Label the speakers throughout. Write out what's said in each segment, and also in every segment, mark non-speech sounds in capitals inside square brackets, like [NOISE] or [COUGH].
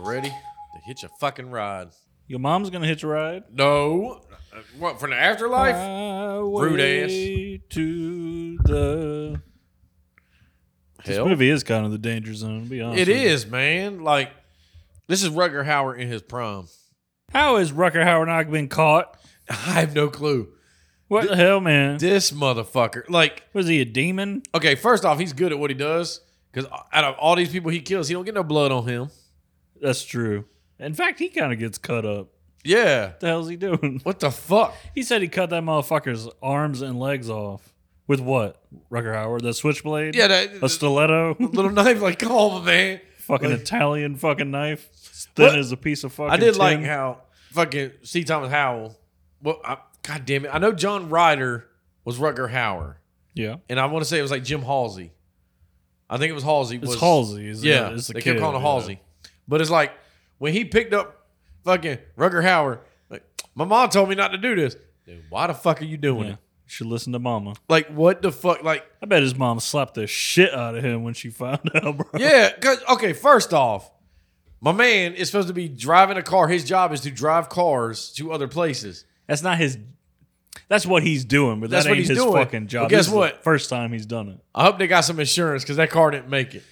Speaker 1: ready to hit your fucking ride.
Speaker 2: Your mom's gonna hit your ride.
Speaker 1: No, Uh, what from the afterlife? Rude
Speaker 2: Highway To the this
Speaker 1: Hell.
Speaker 2: movie is kind of the danger zone. To be honest,
Speaker 1: It
Speaker 2: with you.
Speaker 1: is, man. Like this is Rugger Hauer in his prime. [LAUGHS]
Speaker 2: How is Rucker Howard not been caught?
Speaker 1: I have no clue.
Speaker 2: What the hell, man?
Speaker 1: This motherfucker. Like,
Speaker 2: Was he a demon?
Speaker 1: okay, first off, he's good at what he does because out of all these people he kills, he don't get no blood on him.
Speaker 2: That's true. In fact, he kind of gets cut up.
Speaker 1: Yeah.
Speaker 2: What the hell's he doing? [LAUGHS]
Speaker 1: What the fuck?
Speaker 2: He said he cut that motherfucker's arms and legs off with what? Rucker Howard, the switchblade.
Speaker 1: Yeah, that
Speaker 2: a stiletto,
Speaker 1: little knife. [LAUGHS] Like, come on, man.
Speaker 2: fucking
Speaker 1: like-
Speaker 2: Italian fucking knife, as thin
Speaker 1: What?
Speaker 2: as a piece of fucking.
Speaker 1: I did
Speaker 2: tin.
Speaker 1: like how fucking C. Thomas Howell. Well, I, God damn it. I know John Ryder was Rugger Hauer,
Speaker 2: Yeah,
Speaker 1: and I want to say it was like Jim Halsey. I think it was Halsey.
Speaker 2: it's
Speaker 1: was,
Speaker 2: Halsey. Is
Speaker 1: Yeah,
Speaker 2: the, is the
Speaker 1: they
Speaker 2: kid,
Speaker 1: kept calling him
Speaker 2: yeah.
Speaker 1: Halsey. But it's like when he picked up fucking Rugger Howard, like my mom told me not to do this. Dude, why the fuck are you doing
Speaker 2: Yeah.
Speaker 1: it?
Speaker 2: Should listen to mama.
Speaker 1: Like what the fuck? Like
Speaker 2: I bet his mom slapped the shit out of him when she found [LAUGHS] out, bro.
Speaker 1: yeah, 'cause- okay. First off, my man is supposed to be driving a car. His job is to drive cars to other places.
Speaker 2: That's not his. That's what he's doing, but
Speaker 1: That's
Speaker 2: that
Speaker 1: what
Speaker 2: ain't
Speaker 1: he's
Speaker 2: his
Speaker 1: doing.
Speaker 2: fucking job.
Speaker 1: Well, guess
Speaker 2: This is the
Speaker 1: what?
Speaker 2: first time he's done it.
Speaker 1: I hope they got some insurance because that car didn't make it.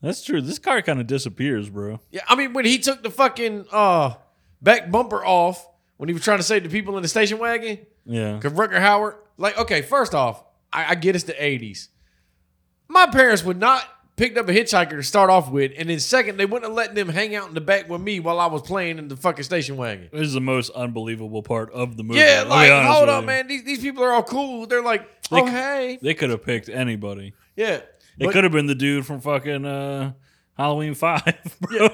Speaker 2: That's true. This car kind of disappears, bro.
Speaker 1: Yeah, I mean when he took the fucking uh back bumper off when he was trying to save the people in the station wagon,
Speaker 2: Yeah.
Speaker 1: Because Rucker Howard, like, okay, first off, I, I get it's the 80s. My parents would not pick up a hitchhiker to start off with, and then second, they wouldn't have let them hang out in the back with me while I was playing in the fucking station wagon.
Speaker 2: This is the most unbelievable part of the movie.
Speaker 1: Yeah,
Speaker 2: I'll be
Speaker 1: like,
Speaker 2: honest
Speaker 1: hold
Speaker 2: with
Speaker 1: up,
Speaker 2: you.
Speaker 1: man. These, these people are all cool. They're like,
Speaker 2: They
Speaker 1: oh,
Speaker 2: c-
Speaker 1: hey.
Speaker 2: They could have picked anybody.
Speaker 1: Yeah.
Speaker 2: It
Speaker 1: But
Speaker 2: could have been the dude from fucking uh, Halloween Five, [LAUGHS] bro.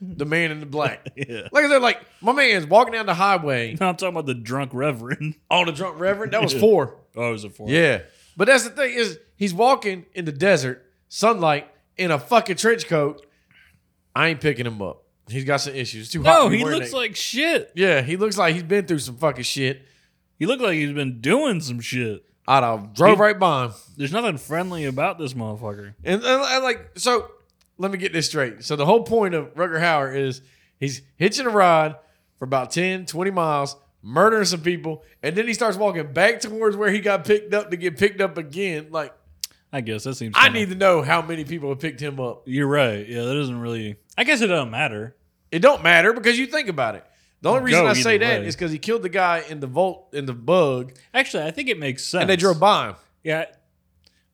Speaker 1: the man in the black.
Speaker 2: [LAUGHS] Yeah.
Speaker 1: Like I said, like, my man's walking down the
Speaker 2: [LAUGHS]
Speaker 1: highway
Speaker 2: No, I'm talking about the drunk reverend.
Speaker 1: on a Oh, drunk reverend. That was four.
Speaker 2: Oh, it was a four.
Speaker 1: Yeah. But that's the thing is he's walking in the desert, sunlight, in a fucking trench coat. I ain't picking him up. He's got some issues. It's too hot.
Speaker 2: No,
Speaker 1: to be
Speaker 2: he
Speaker 1: wearing
Speaker 2: looks
Speaker 1: that-
Speaker 2: like shit.
Speaker 1: Yeah, he looks like he's been through some fucking shit.
Speaker 2: He looked like he's been doing some shit.
Speaker 1: I'd have drove
Speaker 2: He-
Speaker 1: right by him.
Speaker 2: There's nothing friendly about this motherfucker.
Speaker 1: And, and, and, like so let me get this straight. So the whole point of Rugger Hauer is he's hitching a ride for about 10, 20 miles, murdering some people, and then he starts walking back towards where he got picked up to get picked up again. Like,
Speaker 2: I guess that seems.
Speaker 1: I
Speaker 2: kinda-
Speaker 1: need to know how many people have picked him up.
Speaker 2: You're right. Yeah, that doesn't really. I guess it doesn't matter.
Speaker 1: It don't matter because you think about it. The only reason
Speaker 2: Go
Speaker 1: I say
Speaker 2: either
Speaker 1: that
Speaker 2: way.
Speaker 1: is because he killed the guy in the vault in the bug,
Speaker 2: Actually, I think it makes sense.
Speaker 1: and they drove by him.
Speaker 2: Yeah.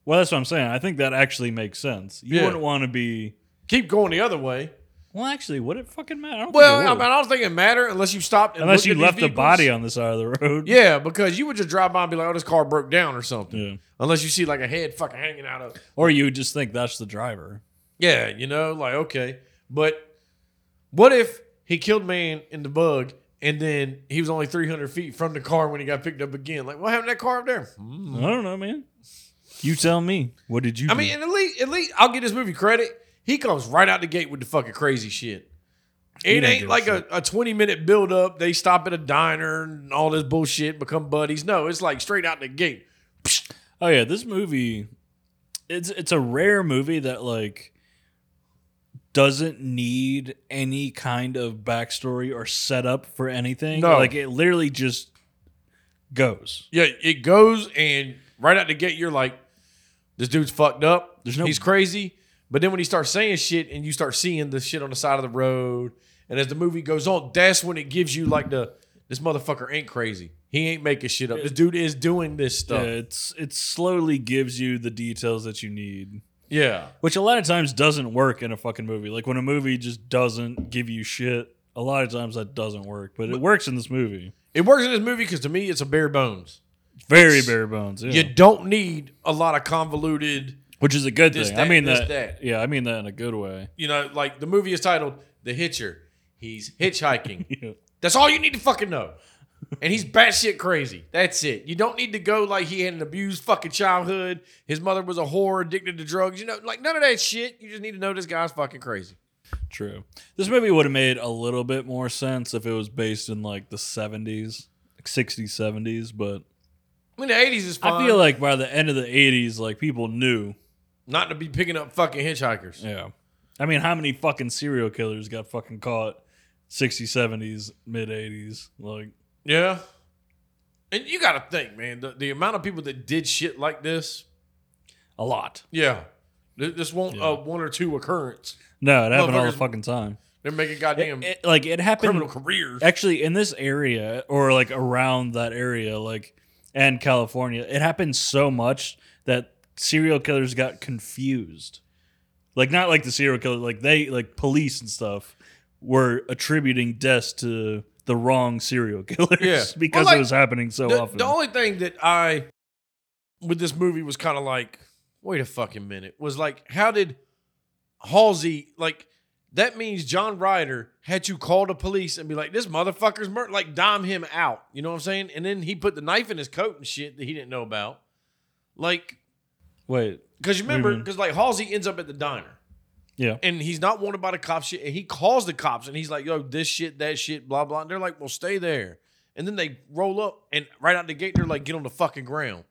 Speaker 2: Well, that's what I'm saying. I think that actually makes sense. You
Speaker 1: Yeah.
Speaker 2: wouldn't want to be.
Speaker 1: Keep going the other way.
Speaker 2: Well, actually, would it fucking matter? I don't think
Speaker 1: Well,
Speaker 2: it
Speaker 1: I,
Speaker 2: would.
Speaker 1: mean, I don't think it matter unless you stopped. And
Speaker 2: unless
Speaker 1: looked
Speaker 2: you
Speaker 1: at these
Speaker 2: left the
Speaker 1: vehicles.
Speaker 2: body on the side of the road.
Speaker 1: Yeah, because you would just drive by and be like, "Oh, this car broke down" or something.
Speaker 2: Yeah.
Speaker 1: Unless you see like a head fucking hanging out of.
Speaker 2: Or you would just think that's the driver.
Speaker 1: Yeah, you know, like okay, but what if he killed man in the bug and then he was only three hundred feet from the car when he got picked up again? Like, what happened to that car up there? Hmm.
Speaker 2: I don't know, man. You tell me. What did you?
Speaker 1: I
Speaker 2: do?
Speaker 1: mean, and at least at least I'll give this movie credit. He comes right out the gate with the fucking crazy shit.
Speaker 2: He
Speaker 1: It
Speaker 2: don't
Speaker 1: ain't
Speaker 2: give a
Speaker 1: like a,
Speaker 2: shit.
Speaker 1: a 20 minute build up. They stop at a diner and all this bullshit, become buddies. No, it's like straight out the gate.
Speaker 2: Oh yeah, this movie it's it's a rare movie that like doesn't need any kind of backstory or setup for anything.
Speaker 1: No.
Speaker 2: Like it literally just goes.
Speaker 1: Yeah, it goes and right out the gate, you're like, this dude's fucked up.
Speaker 2: There's no-
Speaker 1: He's crazy. But then when he starts saying shit and you start seeing the shit on the side of the road, and as the movie goes on, that's when it gives you like the this motherfucker ain't crazy. He ain't making shit up. This dude is doing this
Speaker 2: Yeah,
Speaker 1: stuff.
Speaker 2: it's it slowly gives you the details that you need.
Speaker 1: Yeah.
Speaker 2: Which a lot of times doesn't work in a fucking movie. Like when a movie just doesn't give you shit, a lot of times that doesn't work. But it works in this movie.
Speaker 1: It works in this movie because to me, it's a bare bones.
Speaker 2: Very bare bones. Yeah.
Speaker 1: You don't need a lot of convoluted.
Speaker 2: Which is a good
Speaker 1: This,
Speaker 2: thing. I
Speaker 1: that,
Speaker 2: mean
Speaker 1: this,
Speaker 2: that,
Speaker 1: that.
Speaker 2: Yeah, I mean that in a good way.
Speaker 1: You know, like the movie is titled "The Hitcher." He's hitchhiking.
Speaker 2: [LAUGHS] Yeah.
Speaker 1: That's all you need to fucking know. And he's batshit crazy. That's it. You don't need to go like he had an abused fucking childhood. His mother was a whore, addicted to drugs. You know, like none of that shit. You just need to know this guy's fucking crazy.
Speaker 2: True. This movie would have made a little bit more sense if it was based in like the 70s, like 60s, 70s, but
Speaker 1: I mean, the '80s is fine.
Speaker 2: I feel like by the end of the 80s like people knew.
Speaker 1: not to be picking up fucking hitchhikers.
Speaker 2: Yeah. I mean, how many fucking serial killers got fucking caught 60s, 70s, mid 80s? Like,
Speaker 1: Yeah. And you got to think, man, the, the amount of people that did shit like this.
Speaker 2: a lot.
Speaker 1: Yeah. Th- This won't
Speaker 2: Yeah.
Speaker 1: uh, one or two occurrence.
Speaker 2: No, it happened all the
Speaker 1: Motherfuckers-
Speaker 2: fucking time.
Speaker 1: They're making
Speaker 2: It-
Speaker 1: goddamn
Speaker 2: it- like, it happened
Speaker 1: criminal careers.
Speaker 2: actually in this area or like around that area, like, and California, it happened so much that serial killers got confused. Like, not like the serial killer, like, they, like, police and stuff were attributing deaths to the wrong serial [LAUGHS] killers
Speaker 1: Yeah.
Speaker 2: because
Speaker 1: Well, like,
Speaker 2: it was happening so
Speaker 1: the,
Speaker 2: often.
Speaker 1: the only thing that I with this movie was kind of like, wait a fucking minute, was like, how did Halsey like? That means John Ryder had you call the police and be like, this motherfucker's murder, like dime him out. You know what I'm saying? And then he put the knife in his coat and shit that he didn't know about. Like,
Speaker 2: Wait,
Speaker 1: because you
Speaker 2: What do you
Speaker 1: remember,
Speaker 2: mean?
Speaker 1: because like Halsey ends up at the diner.
Speaker 2: Mm-hmm. Yeah.
Speaker 1: And he's not wanted by the cops shit. And he calls the cops and he's like, yo, this shit, that shit, blah, blah. And they're like, well, stay there. And then they roll up and right out the gate, they're like, get on the fucking ground.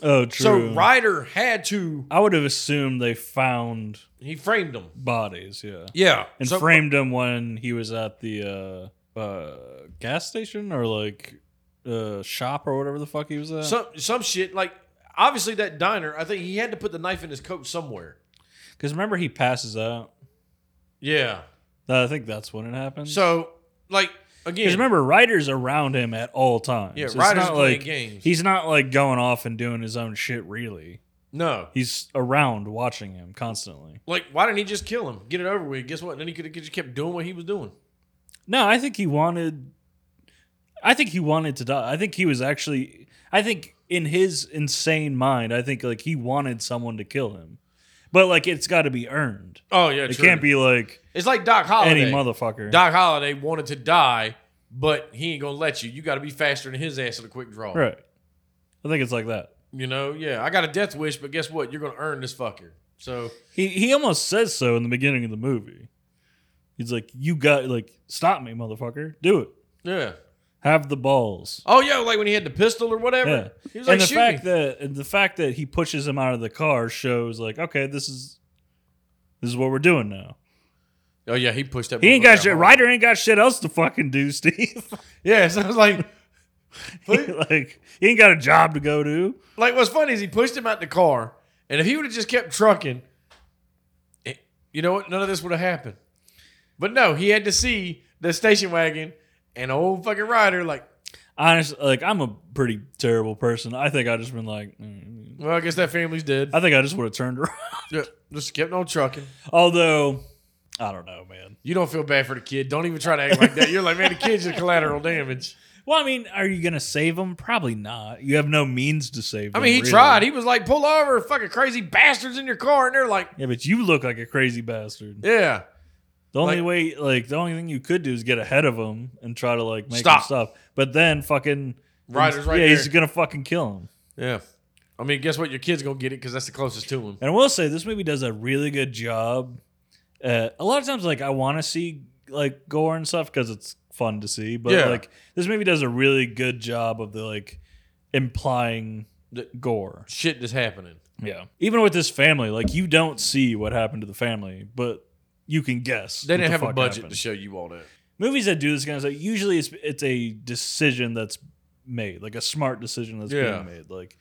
Speaker 2: Oh, true.
Speaker 1: So Ryder had to,
Speaker 2: I would have assumed they found
Speaker 1: he framed them.
Speaker 2: bodies, yeah,
Speaker 1: Yeah.
Speaker 2: and
Speaker 1: so,
Speaker 2: framed him when he was at the uh, uh, gas station or like uh, shop or whatever the fuck he was at.
Speaker 1: Some, some shit, like, obviously that diner, I think he had to put the knife in his coat somewhere.
Speaker 2: Because remember he passes out.
Speaker 1: Yeah.
Speaker 2: I think that's when it happens.
Speaker 1: So, like, again,
Speaker 2: because remember Ryder's around him at all times.
Speaker 1: yeah,
Speaker 2: It's
Speaker 1: Ryder's
Speaker 2: not
Speaker 1: playing
Speaker 2: like
Speaker 1: games.
Speaker 2: he's not like going off and doing his own shit. Really,
Speaker 1: no.
Speaker 2: he's around watching him constantly.
Speaker 1: Like, why didn't he just kill him? Get it over with. Guess what? then he could have just kept doing what he was doing.
Speaker 2: No, I think he wanted. I think he wanted to die. I think he was actually. I think in his insane mind, I think like he wanted someone to kill him, but like it's got to be earned.
Speaker 1: Oh yeah,
Speaker 2: It
Speaker 1: true.
Speaker 2: can't be like
Speaker 1: It's like Doc Holliday.
Speaker 2: any motherfucker.
Speaker 1: Doc Holliday wanted to die, but he ain't gonna let you. You got to be faster than his ass at a quick draw.
Speaker 2: right? I think it's like that.
Speaker 1: You know, yeah. I got a death wish, but guess what? You're gonna earn this fucker. So
Speaker 2: He he almost says so in the beginning of the movie. He's like, "You got like stop me, motherfucker. Do it.
Speaker 1: yeah.
Speaker 2: Have the balls."
Speaker 1: Oh yeah, like when he had the pistol or whatever.
Speaker 2: Yeah.
Speaker 1: He was like,
Speaker 2: and the
Speaker 1: shoot
Speaker 2: fact
Speaker 1: me.
Speaker 2: that and the fact that he pushes him out of the car shows like, okay, this is this is what we're doing now.
Speaker 1: oh yeah, he pushed that.
Speaker 2: He ain't
Speaker 1: motherfucker
Speaker 2: got
Speaker 1: out
Speaker 2: shit.
Speaker 1: hard.
Speaker 2: Ryder ain't got shit else to fucking do, [LAUGHS] Steve.
Speaker 1: [LAUGHS] Yeah. So I was
Speaker 2: [LAUGHS]
Speaker 1: like, Please.
Speaker 2: like he ain't got a job to go to.
Speaker 1: like what's funny is he pushed him out the car, and if he would have just kept trucking, it- you know what? None of this would have happened. But no, he had to see the station wagon and old fucking Ryder like.
Speaker 2: Honestly, like I'm a pretty terrible person. I think I just been like, mm.
Speaker 1: Well, I guess that family's dead.
Speaker 2: I think I just would have turned [LAUGHS] around.
Speaker 1: Yeah, just kept on trucking.
Speaker 2: Although, I don't know, man.
Speaker 1: You don't feel bad for the kid. Don't even try to act like that. You're like, man, the kid's just collateral damage.
Speaker 2: Well, I mean, are you gonna save him? Probably not. You have no means to save.
Speaker 1: I
Speaker 2: them,
Speaker 1: mean, he
Speaker 2: really.
Speaker 1: tried. He was like, pull over, fucking crazy bastards in your car. And they're like,
Speaker 2: Yeah, but you look like a crazy bastard.
Speaker 1: yeah.
Speaker 2: The only
Speaker 1: Like-
Speaker 2: way, like, the only thing you could do is get ahead of him and try to like make
Speaker 1: Stop.
Speaker 2: him stop. But then, fucking,
Speaker 1: Ryder's right
Speaker 2: yeah,
Speaker 1: there.
Speaker 2: he's gonna fucking kill him.
Speaker 1: Yeah. I mean, guess what? Your kid's going to get it because that's the closest to him.
Speaker 2: And I will say, this movie does a really good job. Uh, a lot of times, like, I want to see like gore and stuff because it's fun to see. But
Speaker 1: Yeah.
Speaker 2: like, this movie does a really good job of the like implying
Speaker 1: The-
Speaker 2: gore.
Speaker 1: Shit is happening.
Speaker 2: Yeah. Even with this family, like you don't see what happened to the family, but you can guess.
Speaker 1: They
Speaker 2: what
Speaker 1: didn't
Speaker 2: the
Speaker 1: have a
Speaker 2: fuck
Speaker 1: budget
Speaker 2: happened.
Speaker 1: to show you all that.
Speaker 2: Movies that do this kind of stuff, usually it's it's a decision that's made, like a smart decision that's
Speaker 1: Yeah.
Speaker 2: being made. Like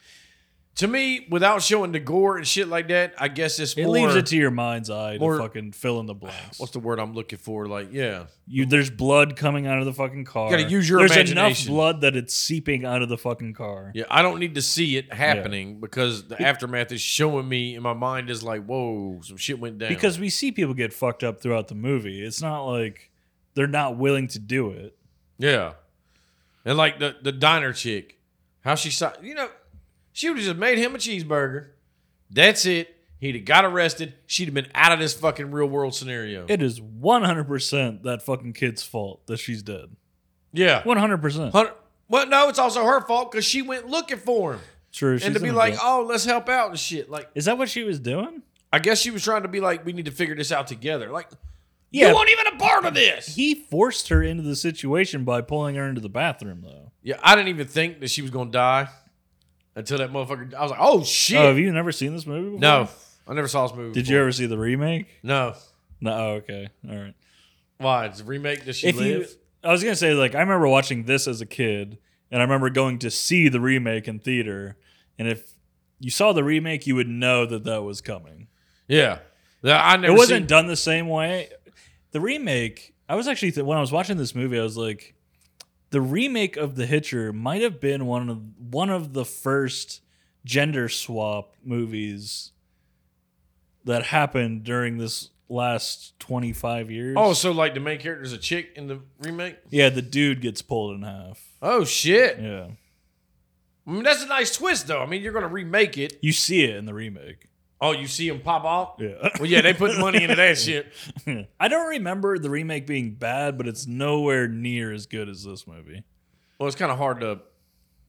Speaker 1: To me, without showing the gore and shit like that, I guess it's
Speaker 2: it
Speaker 1: more.
Speaker 2: leaves it to your mind's eye
Speaker 1: more-
Speaker 2: to fucking fill in the blanks.
Speaker 1: what's the word I'm looking for? Like, yeah.
Speaker 2: You there's blood coming out of the fucking car.
Speaker 1: gotta use your
Speaker 2: There's
Speaker 1: imagination.
Speaker 2: enough blood that it's seeping out of the fucking car.
Speaker 1: Yeah, I don't need to see it happening because the aftermath is showing me, and my mind is like, "Whoa, some shit went down."
Speaker 2: Because we see people get fucked up throughout the movie. It's not like they're not willing to do it.
Speaker 1: yeah, and like the the diner chick, how she saw, you know, she would have just made him a cheeseburger. That's it. He'd have got arrested. She'd have been out of this fucking real world scenario.
Speaker 2: It is 100% that fucking kid's fault that she's dead.
Speaker 1: yeah.
Speaker 2: One hundred percent.
Speaker 1: Hun- Well, no, it's also her fault because she went looking for him
Speaker 2: True.
Speaker 1: and to be like, "Oh, let's help out and shit." Like,
Speaker 2: is that what she was doing?
Speaker 1: I guess she was trying to be like, "We need to figure this out together." Like,
Speaker 2: Yeah.
Speaker 1: you weren't even a part of this.
Speaker 2: He forced her into the situation by pulling her into the bathroom, though.
Speaker 1: Yeah, I didn't even think that she was gonna die until that motherfucker. I was like, oh shit.
Speaker 2: Oh, have you never seen this movie? Before?
Speaker 1: no, I never saw this movie.
Speaker 2: Did
Speaker 1: before.
Speaker 2: you ever see the remake?
Speaker 1: No.
Speaker 2: No, oh, okay, all right.
Speaker 1: Why? It's a remake. Does she
Speaker 2: if
Speaker 1: live?
Speaker 2: you, I was gonna say like I remember watching this as a kid, and I remember going to see the remake in theater, and if you saw the remake, you would know that that was coming.
Speaker 1: yeah. Yeah, I never
Speaker 2: it wasn't
Speaker 1: seen-
Speaker 2: done the same way. The remake, I was actually th- when I was watching this movie, I was like, the remake of The Hitcher might have been one of one of the first gender swap movies that happened during this last 25 years.
Speaker 1: Oh, so like the main character's a chick in the remake?
Speaker 2: yeah, the dude gets pulled in half.
Speaker 1: Oh shit!
Speaker 2: Yeah.
Speaker 1: I mean, that's a nice twist, though. I mean, you're gonna remake it.
Speaker 2: You see it in the remake.
Speaker 1: Oh, you see him pop off?
Speaker 2: Yeah.
Speaker 1: Well, [LAUGHS] yeah, they put money into
Speaker 2: [LAUGHS]
Speaker 1: that shit.
Speaker 2: I don't remember the remake being bad, but it's nowhere near as good as this movie.
Speaker 1: Well, it's kind of hard to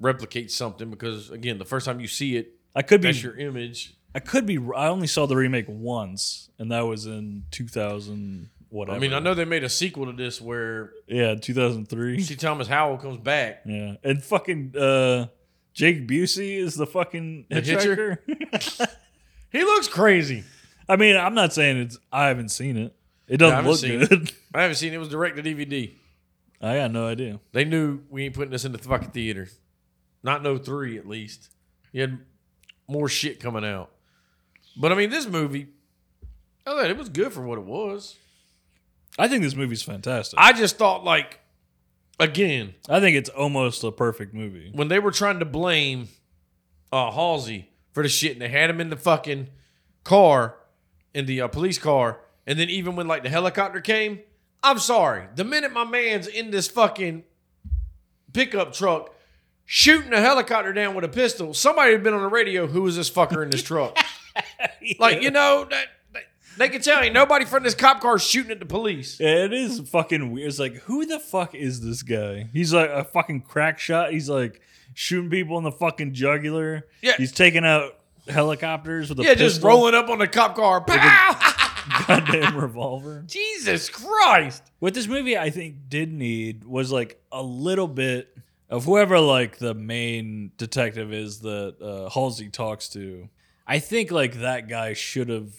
Speaker 1: replicate something because again, the first time you see it,
Speaker 2: I could be
Speaker 1: that's your image.
Speaker 2: I could be. I only saw the remake once, and that was in 2000. Whatever.
Speaker 1: I mean, I know they made a sequel to this where
Speaker 2: Yeah,
Speaker 1: [LAUGHS]
Speaker 2: 2003.
Speaker 1: see Thomas Howell comes back.
Speaker 2: yeah, and fucking uh, Jake Busey is the fucking
Speaker 1: The
Speaker 2: hitchhiker. [LAUGHS]
Speaker 1: hitcher? He looks crazy.
Speaker 2: I mean, I'm not saying it's. I haven't seen it. It
Speaker 1: I
Speaker 2: doesn't
Speaker 1: haven't
Speaker 2: look
Speaker 1: seen
Speaker 2: good.
Speaker 1: I haven't seen it. It was direct to DVD.
Speaker 2: [LAUGHS] I got no idea.
Speaker 1: They knew we ain't putting this in the fucking theater. Not no three, at least. You had more shit coming out. But I mean, this movie, I thought it was good for what it was.
Speaker 2: I think this movie's fantastic. I,
Speaker 1: I just thought, like, again,
Speaker 2: think it's almost a perfect movie.
Speaker 1: when they were trying to blame uh, Halsey for the shit, and they had him in the fucking car, in the uh, police car, and then even when like the helicopter came, I'm sorry. The minute my man's in this fucking pickup truck shooting a helicopter down with a pistol, somebody had been on the radio. Who is this fucker in this truck?
Speaker 2: [LAUGHS]
Speaker 1: like you know that. that- They can tell ain't nobody from this cop car shooting at the police.
Speaker 2: Yeah, It is fucking weird. It's like, who the fuck is this guy? He's like a fucking crack shot. He's like shooting people in the fucking jugular.
Speaker 1: Yeah.
Speaker 2: He's taking out helicopters with a
Speaker 1: yeah, just
Speaker 2: pistol,
Speaker 1: rolling up on the cop car. Pow!
Speaker 2: [LAUGHS] goddamn revolver.
Speaker 1: [LAUGHS] Jesus Christ.
Speaker 2: What this movie I think did need was like a little bit of whoever like the main detective is that uh, Halsey talks to. I think like that guy should have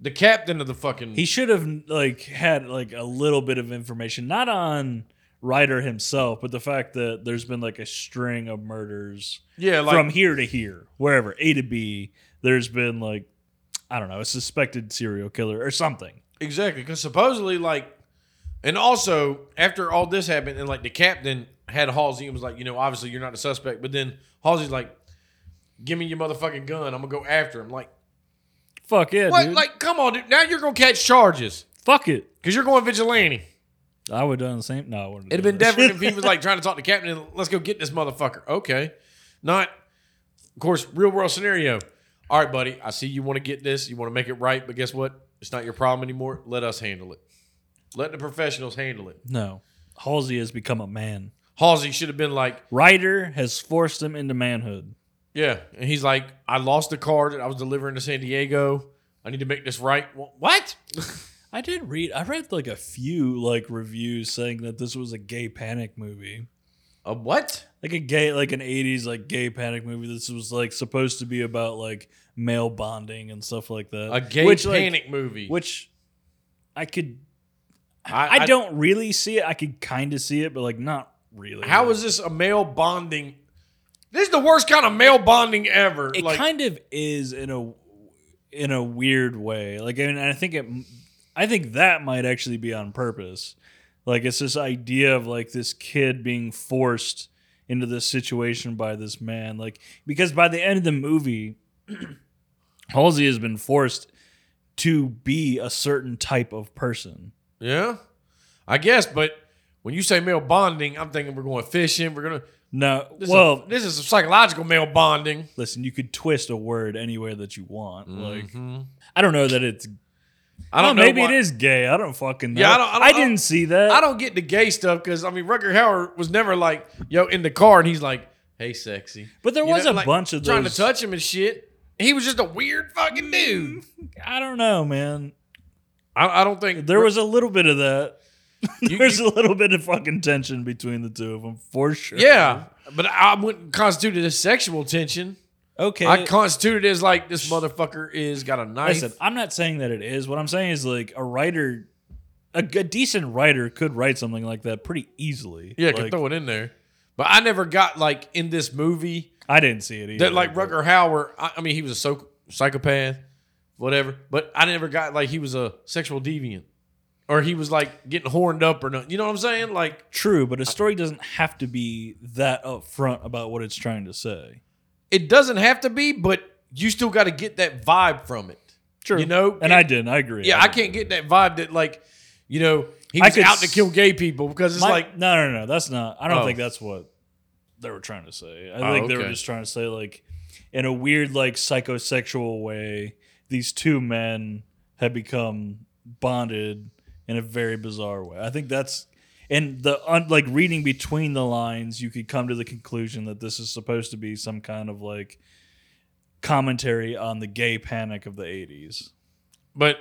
Speaker 1: The captain of the fucking
Speaker 2: he should have like had like a little bit of information not on Ryder himself but the fact that there's been like a string of murders
Speaker 1: Yeah, like
Speaker 2: from here to here wherever A to B there's been like I don't know a suspected serial killer or something
Speaker 1: exactly because supposedly like, and also after all this happened and like the captain had Halsey and was like, you know, obviously you're not a suspect, but then Halsey's like, give me your motherfucking gun, I'm gonna go after him. Like,
Speaker 2: fuck yeah
Speaker 1: what?
Speaker 2: dude
Speaker 1: Like, come on, dude. Now you're gonna catch charges
Speaker 2: fuck it
Speaker 1: because you're going vigilante.
Speaker 2: I would have done the same no I wouldn't
Speaker 1: It'd have been
Speaker 2: done that
Speaker 1: different
Speaker 2: shit.
Speaker 1: if he was
Speaker 2: [LAUGHS]
Speaker 1: like trying to talk to the captain and let's go get this motherfucker. Okay. Not, of course, real world scenario. All right, buddy, I see you want to get this. You want to make it right, but guess what? It's not your problem anymore. Let us handle it. Let the professionals handle it.
Speaker 2: no Halsey has become a man
Speaker 1: Halsey should have been like,
Speaker 2: Ryder has forced him into manhood
Speaker 1: yeah. And he's like, I lost the car that I was delivering to San Diego. I need to make this right. Wha- What?
Speaker 2: I did read. I read like a few like reviews saying that this was a gay panic movie,
Speaker 1: A what?
Speaker 2: like a gay, like an '80s like gay panic movie. This was like supposed to be about like male bonding and stuff like that.
Speaker 1: A gay
Speaker 2: which, like,
Speaker 1: panic movie.
Speaker 2: which I could. I, don't really see it. I could kind of see it, but like not really.
Speaker 1: How is this a male bonding? This is the worst kind of male bonding ever.
Speaker 2: it? kind of is in a in a weird way. Like, I mean, I think it. I think that might actually be on purpose. Like it's this idea of like this kid being forced into this situation by this man. Like because by the end of the movie, [CLEARS THROAT] Halsey has been forced to be a certain type of person.
Speaker 1: Yeah, I guess. But when you say male bonding, I'm thinking we're going fishing. We're gonna.
Speaker 2: No,
Speaker 1: This
Speaker 2: well,
Speaker 1: is, this is psychological male bonding.
Speaker 2: listen, you could twist a word any way that you want. Like
Speaker 1: Mhm.
Speaker 2: I don't know that it's.
Speaker 1: I don't
Speaker 2: Mm-hmm. well,
Speaker 1: know.
Speaker 2: maybe
Speaker 1: why-
Speaker 2: it is gay. I don't fucking know.
Speaker 1: Yeah, I don't- I don't-
Speaker 2: didn't see that.
Speaker 1: I don't get the gay stuff because I mean, Rucker Howard was never like, yo, in the car, and he's like, hey, sexy.
Speaker 2: But there
Speaker 1: You
Speaker 2: was
Speaker 1: know,
Speaker 2: a
Speaker 1: like,
Speaker 2: bunch of
Speaker 1: trying
Speaker 2: those. Mm-hmm.
Speaker 1: to touch him and shit. He was just a weird fucking dude.
Speaker 2: I don't know, man.
Speaker 1: I, I don't think
Speaker 2: There was a little bit of that.
Speaker 1: [LAUGHS] You-
Speaker 2: [LAUGHS] There's a little bit of fucking tension between the two of them for sure.
Speaker 1: Yeah, but I wouldn't constitute it as sexual tension.
Speaker 2: okay.
Speaker 1: I constituted as like this motherfucker is got a knife.
Speaker 2: Listen, I'm not saying that it is. What I'm saying is like a writer, a, g- a decent writer could write something like that pretty easily.
Speaker 1: yeah, I can
Speaker 2: like,
Speaker 1: throw it in there. But I never got like in this movie
Speaker 2: I didn't see it either.
Speaker 1: that like
Speaker 2: but-
Speaker 1: Rugger Hauer. I, I mean, he was a so- psychopath, whatever. But I never got like he was a sexual deviant, or he was like getting horned up or nothing. You know what I'm saying? Like
Speaker 2: True, but a story doesn't have to be that upfront about what it's trying to say.
Speaker 1: it doesn't have to be, but you still got to get that vibe from it.
Speaker 2: True.
Speaker 1: You know,
Speaker 2: And I didn't. I agree.
Speaker 1: yeah, I can't get that vibe that like you know he
Speaker 2: I
Speaker 1: was
Speaker 2: could
Speaker 1: out to
Speaker 2: s-
Speaker 1: kill gay people because it's
Speaker 2: My-
Speaker 1: like
Speaker 2: no, no, no. That's not. I don't
Speaker 1: Oh.
Speaker 2: think that's what they were trying to say. I
Speaker 1: Oh,
Speaker 2: think they were
Speaker 1: okay.
Speaker 2: just trying to say like, in a weird like psychosexual way, these two men had become bonded in a very bizarre way. I think that's. And the un, like reading between the lines, you could come to the conclusion that this is supposed to be some kind of like commentary on the gay panic of the '80s.
Speaker 1: But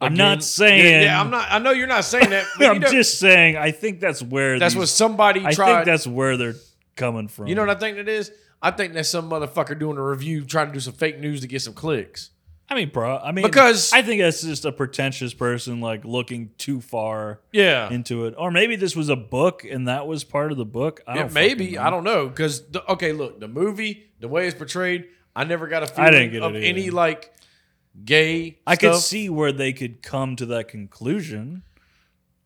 Speaker 2: I'm not saying-
Speaker 1: Yeah, yeah, I'm not. I know you're not saying that. But
Speaker 2: [LAUGHS] I'm
Speaker 1: you know,
Speaker 2: just saying, I think that's where
Speaker 1: that's
Speaker 2: these-
Speaker 1: what somebody
Speaker 2: I
Speaker 1: tried.
Speaker 2: think that's where they're coming from.
Speaker 1: you know what I think that is? I think that's some motherfucker doing a review trying to do some fake news to get some clicks.
Speaker 2: I mean, bro. I mean,
Speaker 1: Because-
Speaker 2: I think that's just a pretentious person like looking too far
Speaker 1: Yeah,
Speaker 2: into it, or maybe this was a book and that was part of the book. I
Speaker 1: yeah
Speaker 2: don't fucking
Speaker 1: maybe
Speaker 2: know.
Speaker 1: I don't know because okay, look, the movie, the way it's portrayed, I never got a
Speaker 2: I
Speaker 1: feeling
Speaker 2: didn't get
Speaker 1: of
Speaker 2: it
Speaker 1: any
Speaker 2: either.
Speaker 1: like gay.
Speaker 2: I could
Speaker 1: stuff.
Speaker 2: see where they could come to that conclusion.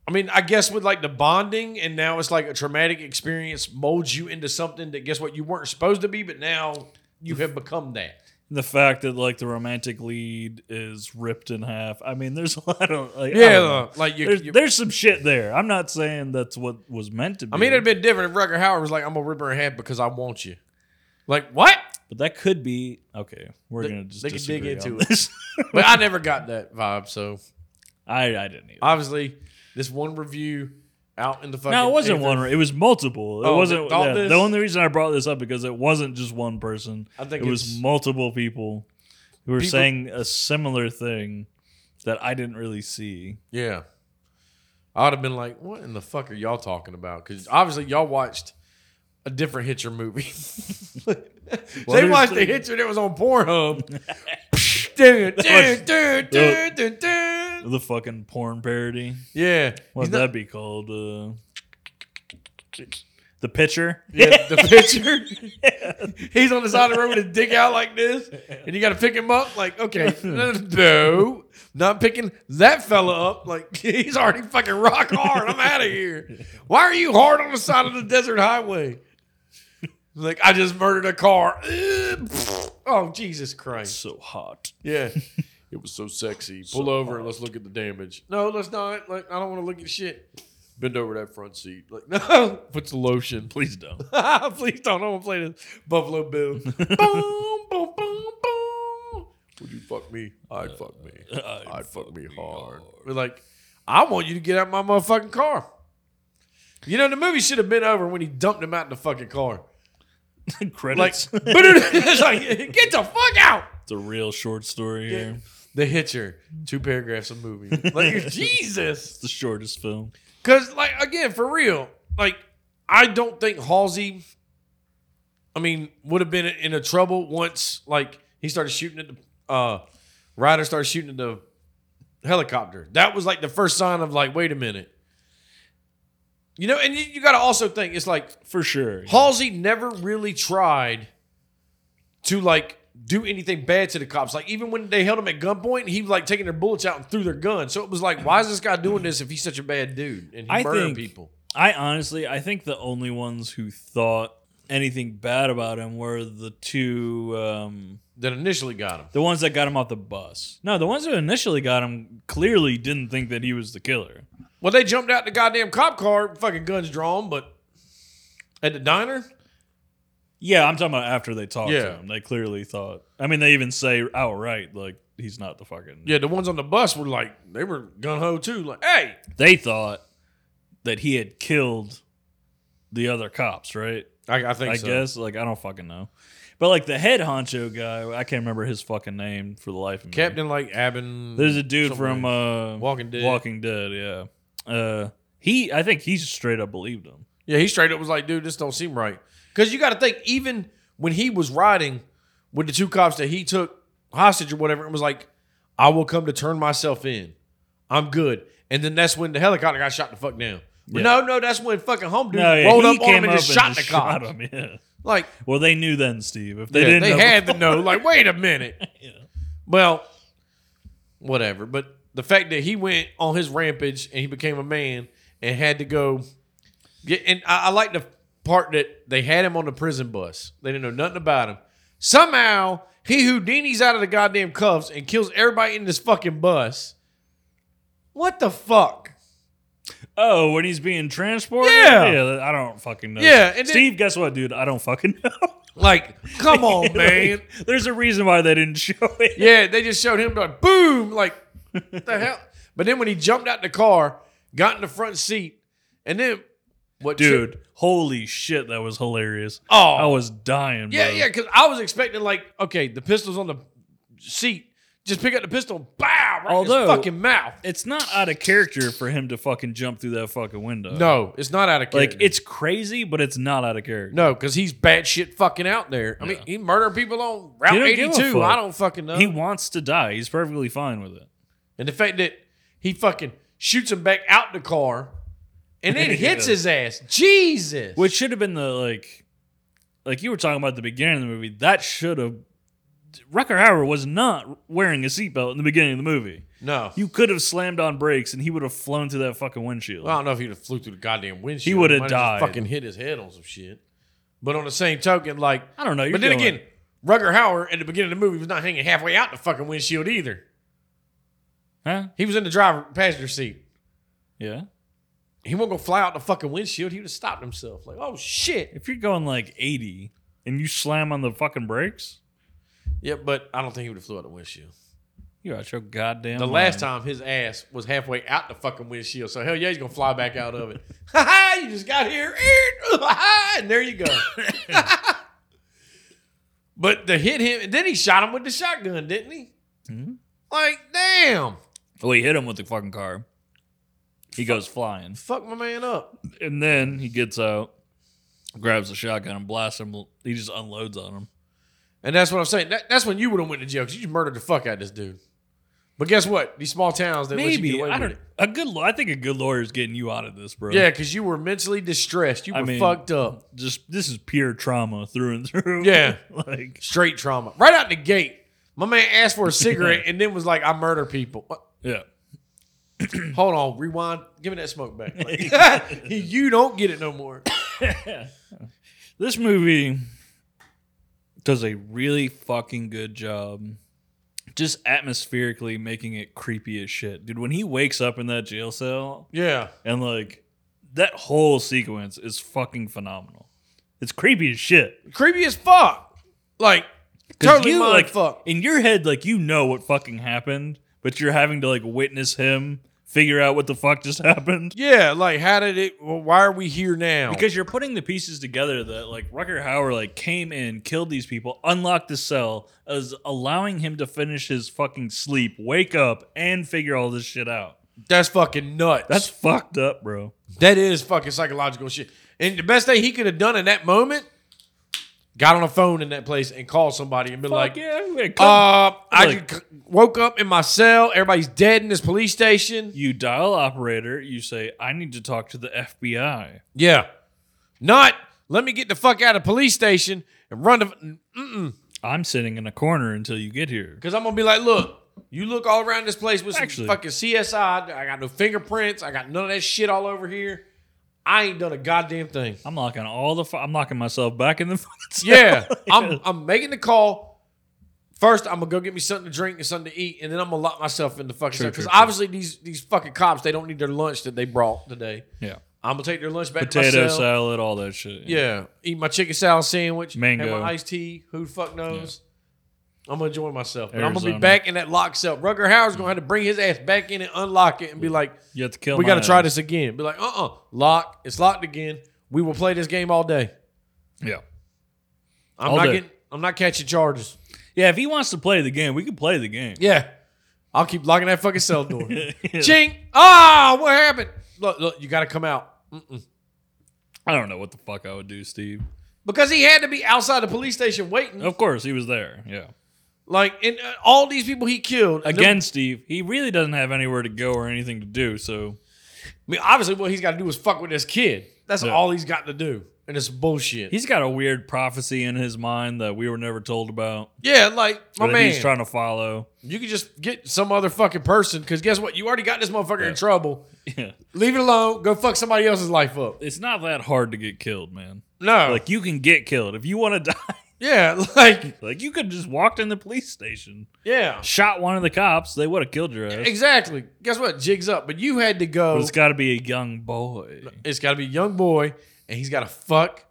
Speaker 1: I mean, I guess with like the bonding, and now it's like a traumatic experience molds you into something that guess what you weren't supposed to be, but now you have become that.
Speaker 2: The fact that like the romantic lead is ripped in half. I mean, there's [LAUGHS] a lot of like, I don't know.
Speaker 1: Yeah, like you.
Speaker 2: There's,
Speaker 1: you
Speaker 2: there's some shit there. I'm not saying that's what was meant to be.
Speaker 1: I mean, it'd have been different if Rucker Howard was like, "I'm gonna rip her head because I want you." Like what?
Speaker 2: but that could be okay. We're
Speaker 1: They-
Speaker 2: gonna just
Speaker 1: they could dig
Speaker 2: disagree
Speaker 1: into
Speaker 2: on
Speaker 1: it.
Speaker 2: This. [LAUGHS]
Speaker 1: But I never got that vibe. So
Speaker 2: I I didn't either.
Speaker 1: obviously, this one review out in the fucking.
Speaker 2: No, it wasn't
Speaker 1: ether,
Speaker 2: one. It was multiple. It
Speaker 1: Oh,
Speaker 2: wasn't.
Speaker 1: they thought
Speaker 2: yeah,
Speaker 1: this?
Speaker 2: The only reason I brought this up because it wasn't just one person.
Speaker 1: I think
Speaker 2: it was
Speaker 1: it's-
Speaker 2: multiple people who were
Speaker 1: People-
Speaker 2: saying a similar thing that I didn't really see.
Speaker 1: Yeah, I would have been like, "What in the fuck are y'all talking about?" Because obviously, y'all watched a different Hitcher movie. [LAUGHS] they
Speaker 2: there's
Speaker 1: watched the
Speaker 2: the-
Speaker 1: Hitcher that was on Pornhub. Dude, dude, dude,
Speaker 2: Well-
Speaker 1: dude, dude, dude.
Speaker 2: The fucking porn parody.
Speaker 1: Yeah, he's
Speaker 2: What'd
Speaker 1: not-
Speaker 2: that be called? Uh, the pitcher.
Speaker 1: [LAUGHS] yeah,
Speaker 2: [LAUGHS]
Speaker 1: the picture. He's on the side of the road with his dick out like this, and you got to pick him up. Like, okay, no, not picking that fella up. Like, [LAUGHS] he's already fucking rock hard. I'm out of here. Why are you hard on the side of the desert highway? Like, I just murdered a car. [SNIFFS] Oh, Jesus Christ.
Speaker 2: so hot.
Speaker 1: Yeah. It was so sexy. Pull over and let's look at the damage. No, let's not. Like, I don't want to look at shit. Bend over that front seat. Like, [LAUGHS] no. Put some lotion.
Speaker 2: Please don't.
Speaker 1: [LAUGHS] Please don't. I want to play this Buffalo [LAUGHS] Bill. boom, boom, boom, boom. Would you fuck me? I'd fuck me.
Speaker 2: I'd
Speaker 1: I'd fuck, me hard. We're like, I want you to get out my motherfucking car. You know, the movie should have been over when he dumped him out in the fucking [LAUGHS] car. Like, [LAUGHS]
Speaker 2: [LAUGHS] Credits.
Speaker 1: but it's like, get the fuck out.
Speaker 2: it's a real short story
Speaker 1: Yeah.
Speaker 2: here.
Speaker 1: The Hitcher, two paragraphs of movie. [LAUGHS] Like, Jesus.
Speaker 2: It's the shortest film.
Speaker 1: Because, like, again, for real, like, I don't think Halsey, I mean, would have been in a trouble once, like, he started shooting at the, uh, Ryder started shooting at the helicopter. That was, like, the first sign of, like, wait a minute. You know, and you, you got to also think, it's like,
Speaker 2: For sure.
Speaker 1: Halsey never really tried to like do anything bad to the cops. Like even when they held him at gunpoint, he was like taking their bullets out and threw their gun. So it was like, why is this guy doing this if he's such a bad dude and he
Speaker 2: I
Speaker 1: murdering
Speaker 2: think-
Speaker 1: people?
Speaker 2: I honestly, I think the only ones who thought anything bad about him were the two, um,
Speaker 1: That initially got him.
Speaker 2: the ones that got him off the bus. No, the ones who initially got him clearly didn't think that he was the killer.
Speaker 1: Well, they jumped out the goddamn cop car, fucking guns drawn, but at the diner,
Speaker 2: Yeah, I'm talking about after they talked to
Speaker 1: Yeah.
Speaker 2: him. They clearly thought. I mean, they even say outright, like, he's not the fucking.
Speaker 1: yeah, the ones on the bus were like, they were gun ho too. Like, hey,
Speaker 2: They thought that he had killed the other cops, right?
Speaker 1: I, I think
Speaker 2: I
Speaker 1: so.
Speaker 2: guess. Like, I don't fucking know. But, like, the head honcho guy, I can't remember his fucking name for the life of me.
Speaker 1: Captain like Abin.
Speaker 2: There's a dude
Speaker 1: something
Speaker 2: from
Speaker 1: like-
Speaker 2: uh,
Speaker 1: Walking Dead.
Speaker 2: Walking Dead, yeah. Uh, he, I think he straight up believed him.
Speaker 1: Yeah, he straight up was like, dude, this don't seem right. Because you got to think, even when he was riding with the two cops that he took hostage or whatever and was like, I will come to turn myself in. I'm good. And then that's when the helicopter got shot the fuck down. But
Speaker 2: Yeah.
Speaker 1: No, no, that's when fucking home dude
Speaker 2: No, yeah,
Speaker 1: rolled
Speaker 2: he
Speaker 1: up on him
Speaker 2: came
Speaker 1: and just
Speaker 2: up
Speaker 1: shot the
Speaker 2: just
Speaker 1: cop.
Speaker 2: shot him, yeah.
Speaker 1: Like,
Speaker 2: Well, they knew then, Steve. If they
Speaker 1: they, yeah,
Speaker 2: didn't,
Speaker 1: they
Speaker 2: know
Speaker 1: had to
Speaker 2: before-
Speaker 1: know. Like, wait a minute.
Speaker 2: [LAUGHS] Yeah.
Speaker 1: Well, whatever. But the fact that he went on his rampage and he became a man and had to go get and I, I like the part that they had him on the prison bus. They didn't know nothing about him. Somehow he Houdini's out of the goddamn cuffs and kills everybody in this fucking bus. What the fuck?
Speaker 2: Oh, when he's being transported?
Speaker 1: Yeah.
Speaker 2: I don't fucking know.
Speaker 1: Yeah, and then-
Speaker 2: Steve, guess what, dude? I don't fucking [LAUGHS] know.
Speaker 1: Like,
Speaker 2: [LAUGHS]
Speaker 1: come on,
Speaker 2: Like,
Speaker 1: Oh, man.
Speaker 2: There's a reason why they didn't [LAUGHS] show it.
Speaker 1: Yeah, they just showed him like boom, like what
Speaker 2: [LAUGHS]
Speaker 1: the hell. But then when he jumped out the car, got in the front seat, and then what? tri-
Speaker 2: Dude, holy shit, that was hilarious.
Speaker 1: oh,
Speaker 2: I was dying,
Speaker 1: Yeah,
Speaker 2: bro.
Speaker 1: yeah, because I was expecting like, okay, the pistol's on the seat. Just pick up the pistol, bow, right in
Speaker 2: Although-
Speaker 1: his fucking mouth.
Speaker 2: It's not out of character for him to fucking jump through that fucking window.
Speaker 1: No, it's not out of character.
Speaker 2: Like, it's crazy, but it's not out of character.
Speaker 1: no, because he's batshit fucking out there. I mean,
Speaker 2: Yeah.
Speaker 1: he murdered people on Route
Speaker 2: He don't give a
Speaker 1: 82.
Speaker 2: fuck.
Speaker 1: I don't fucking know.
Speaker 2: He wants to die. He's perfectly fine with it.
Speaker 1: and the fact that he fucking shoots him back out the car and then hits
Speaker 2: [LAUGHS] Yeah.
Speaker 1: his ass. Jesus.
Speaker 2: Which should have been the like, like you were talking about at the beginning of the movie. That should have. Rucker Hauer was not wearing a seatbelt in the beginning of the movie.
Speaker 1: no.
Speaker 2: You could have slammed on brakes and he would have flown through that fucking windshield.
Speaker 1: Well, I don't know if he'd have flew through the goddamn windshield.
Speaker 2: He would've
Speaker 1: Might have just
Speaker 2: died.
Speaker 1: Fucking hit his head on some shit. But on the same token, like,
Speaker 2: I don't know. You're
Speaker 1: but then
Speaker 2: going-
Speaker 1: again, Rugger Hauer at the beginning of the movie was not hanging halfway out the fucking windshield either.
Speaker 2: huh?
Speaker 1: He was in the driver passenger seat.
Speaker 2: Yeah.
Speaker 1: He won't go fly out the fucking windshield. He would have stopped himself. Like, oh shit.
Speaker 2: If you're going like 80 and you slam on the fucking brakes,
Speaker 1: Yeah, but I don't think he would have flew out the windshield.
Speaker 2: you're out your goddamn.
Speaker 1: The
Speaker 2: mind.
Speaker 1: last time his ass was halfway out the fucking windshield. So hell yeah, he's gonna fly back out of it. [LAUGHS] Ha ha, you just got here. [LAUGHS] and there you go. [LAUGHS] but to hit him, and then he shot him with the shotgun, didn't he?
Speaker 2: Mhm.
Speaker 1: Like, damn.
Speaker 2: Well, he hit him with the fucking car. He goes flying.
Speaker 1: Fuck my man up.
Speaker 2: And then he gets out, grabs the shotgun and blasts him. He just unloads on him.
Speaker 1: And that's what I'm saying. That, that's when you would have went to jail because you just murdered the fuck out of this dude. But guess what? These small towns that let you get
Speaker 2: Maybe
Speaker 1: away
Speaker 2: I
Speaker 1: with
Speaker 2: don't.
Speaker 1: it.
Speaker 2: A good, law- I think a good lawyer is getting you out of this, bro.
Speaker 1: Yeah, because you were mentally distressed. You were
Speaker 2: I mean-
Speaker 1: fucked up.
Speaker 2: just this is pure trauma through and through.
Speaker 1: Yeah.
Speaker 2: [LAUGHS] like
Speaker 1: Straight trauma. Right out the gate. My man asked
Speaker 2: [LAUGHS]
Speaker 1: for a cigarette and then was like, I murder people. What?
Speaker 2: yeah,
Speaker 1: [CLEARS THROAT] Hold on, rewind. Give me that smoke
Speaker 2: [LAUGHS]
Speaker 1: back. Like, [LAUGHS] you don't get it no more.
Speaker 2: this movie does a really fucking good job, just atmospherically making it creepy as shit, dude. When he wakes up in that jail cell
Speaker 1: Yeah.
Speaker 2: and like that whole sequence is fucking phenomenal. It's creepy as shit.
Speaker 1: Creepy as fuck. Like,
Speaker 2: 'Cause
Speaker 1: totally
Speaker 2: you,
Speaker 1: mind
Speaker 2: like,
Speaker 1: fuck.
Speaker 2: in your head, like you know what fucking happened, but you're having to like witness him figure out what the fuck just [LAUGHS] happened.
Speaker 1: Yeah, like, how did it, well, why are we here now?
Speaker 2: Because you're putting the pieces together that like Rucker Hauer like came in, killed these people, unlocked the cell, as allowing him to finish his fucking sleep, wake up, and figure all this shit out.
Speaker 1: that's fucking nuts.
Speaker 2: That's fucked up, bro.
Speaker 1: That is fucking psychological shit. And the best thing he could have done in that moment, got on a phone in that place and called somebody and been like,
Speaker 2: Fuck yeah, I'm gonna come-
Speaker 1: uh, I
Speaker 2: Like-
Speaker 1: just woke up in my cell. Everybody's dead in this police station.
Speaker 2: you dial operator, you say, I need to talk to the FBI.
Speaker 1: Yeah. Not, let me get the fuck out of police station and run to, mm-mm.
Speaker 2: I'm sitting in a corner until you get here.
Speaker 1: Because I'm going to be like, look, you look all around this place with some
Speaker 2: Actually-
Speaker 1: fucking CSI. I got no fingerprints. I got none of that shit all over here. I ain't done a goddamn
Speaker 2: [LAUGHS]
Speaker 1: thing.
Speaker 2: I'm locking all the. Fu- I'm locking myself back in the. [LAUGHS] fucking cell.
Speaker 1: Yeah, I'm I'm making the call. First, I'm gonna go get me something to drink and something to eat, and then I'm gonna lock myself in the fucking
Speaker 2: True,
Speaker 1: cell. Because
Speaker 2: true, true.
Speaker 1: obviously these these fucking cops they don't need their lunch that they brought today.
Speaker 2: yeah.
Speaker 1: I'm gonna take their lunch back to
Speaker 2: Potato
Speaker 1: my cell.
Speaker 2: salad, all that shit.
Speaker 1: Yeah, eat my chicken salad sandwich,
Speaker 2: Mango.
Speaker 1: have my iced tea. Who the fuck knows? I'm gonna enjoy myself, but I'm gonna be
Speaker 2: Arizona.
Speaker 1: back in that locked cell. Rugger Howard's gonna have to bring his ass back in and unlock it and be like,
Speaker 2: you have to kill.
Speaker 1: "We
Speaker 2: my
Speaker 1: gotta try
Speaker 2: ass.
Speaker 1: this again." Be like, "Uh, uh lock. It's locked again. We will play this game all day.
Speaker 2: Yeah,
Speaker 1: I'm
Speaker 2: All
Speaker 1: not
Speaker 2: day.
Speaker 1: getting. I'm not catching charges."
Speaker 2: yeah. If he wants to play the game, we can play the game.
Speaker 1: Yeah. I'll keep locking that fucking cell
Speaker 2: [LAUGHS]
Speaker 1: door. Chink. Ah, what happened? Look, look, you got to come out. Mm-mm.
Speaker 2: I don't know what the fuck I would do, Steve.
Speaker 1: because he had to be outside the police station waiting.
Speaker 2: Of course, he was there. Yeah.
Speaker 1: Like, and uh, all these people he killed and
Speaker 2: Again, Steve, he really doesn't have anywhere to go or anything to do. So
Speaker 1: I mean, obviously, what he's got to do is fuck with this kid. That's
Speaker 2: Yeah.
Speaker 1: all he's got to do, and it's bullshit.
Speaker 2: he's got a weird prophecy in his mind that we were never told about.
Speaker 1: yeah, like my
Speaker 2: that
Speaker 1: man,
Speaker 2: he's trying to follow.
Speaker 1: you could just get some other fucking person because guess what? You already got this motherfucker in trouble.
Speaker 2: Yeah.
Speaker 1: Leave it alone. Go fuck somebody else's life up.
Speaker 2: It's not that hard to get killed, man.
Speaker 1: No,
Speaker 2: Like you can get killed if you want to [LAUGHS] die.
Speaker 1: yeah, [LAUGHS] like
Speaker 2: Like you could just walked in the police station,
Speaker 1: yeah,
Speaker 2: shot one of the cops, they would have killed your ass.
Speaker 1: exactly. Guess what? Jigs up, but you had to
Speaker 2: But
Speaker 1: go.
Speaker 2: it's got to be a young boy.
Speaker 1: it's got to be a young boy, and he's got to fuck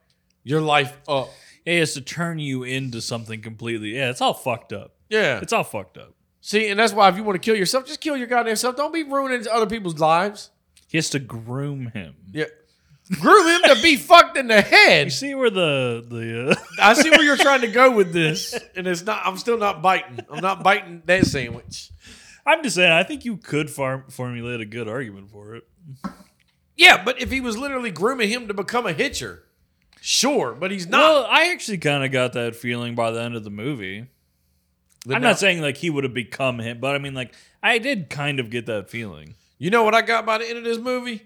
Speaker 1: your life up.
Speaker 2: He has to turn you into something completely. Yeah, it's all fucked up.
Speaker 1: Yeah.
Speaker 2: It's all fucked up.
Speaker 1: See, and that's why if you want to kill yourself, just kill your goddamn self. Don't be ruining other people's lives.
Speaker 2: He has to groom him.
Speaker 1: Yeah. Groom him to be fucked in the
Speaker 2: You
Speaker 1: head.
Speaker 2: see where the the [LAUGHS] uh,
Speaker 1: I see where you're trying to go with this, and it's not. I'm still not biting. I'm not biting that sandwich.
Speaker 2: I'm just saying. I think you could farm, formulate a good argument for it.
Speaker 1: Yeah, but if he was literally grooming him to become a hitcher, sure. But he's not.
Speaker 2: Well, I actually kind of got that feeling by the end of the movie.
Speaker 1: But
Speaker 2: I'm
Speaker 1: now-
Speaker 2: not saying like he would have become him, but I mean like I did kind of get that feeling.
Speaker 1: You know what I got by the end of this movie?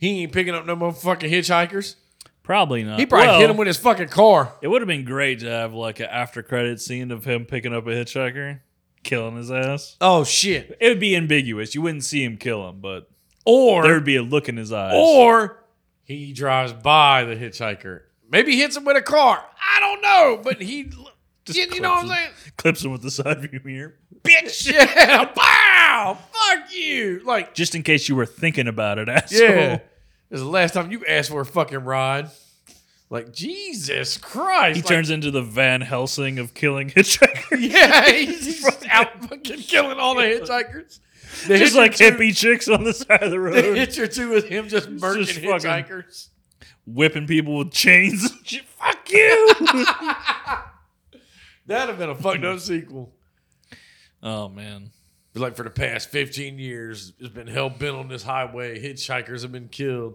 Speaker 1: He ain't picking up no motherfucking hitchhikers.
Speaker 2: Probably not.
Speaker 1: He probably
Speaker 2: Well,
Speaker 1: hit him with his fucking car.
Speaker 2: It would have been great to have like an after credit scene of him picking up a hitchhiker, killing his ass.
Speaker 1: Oh shit!
Speaker 2: It would be ambiguous. You wouldn't see him kill him, but
Speaker 1: Or
Speaker 2: there would be a look in his eyes.
Speaker 1: Or he drives by the hitchhiker. Maybe hits him with a car. I don't know, but he, you, you know what I'm saying?
Speaker 2: [LAUGHS] clips him with the side view mirror.
Speaker 1: Bitch, [LAUGHS] yeah, wow, fuck you. Like,
Speaker 2: Just in case you were thinking about it, [LAUGHS] asshole.
Speaker 1: yeah. This is the last time you asked for a fucking ride. Like, Jesus Christ.
Speaker 2: He
Speaker 1: like,
Speaker 2: turns into the Van Helsing of killing [LAUGHS] hitchhikers.
Speaker 1: [LAUGHS] Yeah, he's just out fucking killing
Speaker 2: [LAUGHS]
Speaker 1: all the hitchhikers. The
Speaker 2: Just
Speaker 1: hitcher
Speaker 2: like
Speaker 1: two-
Speaker 2: hippie chicks on the side of
Speaker 1: [LAUGHS]
Speaker 2: the
Speaker 1: The [LAUGHS]
Speaker 2: road,
Speaker 1: hitcher two is him just murdering
Speaker 2: just fucking-
Speaker 1: hitchhikers.
Speaker 2: whipping people with
Speaker 1: [LAUGHS]
Speaker 2: chains. [LAUGHS] and shit. Fuck you.
Speaker 1: That'd have been a fucked up sequel.
Speaker 2: oh man.
Speaker 1: But like for the past 15 years, it's been hell bent on this highway. Hitchhikers have been killed.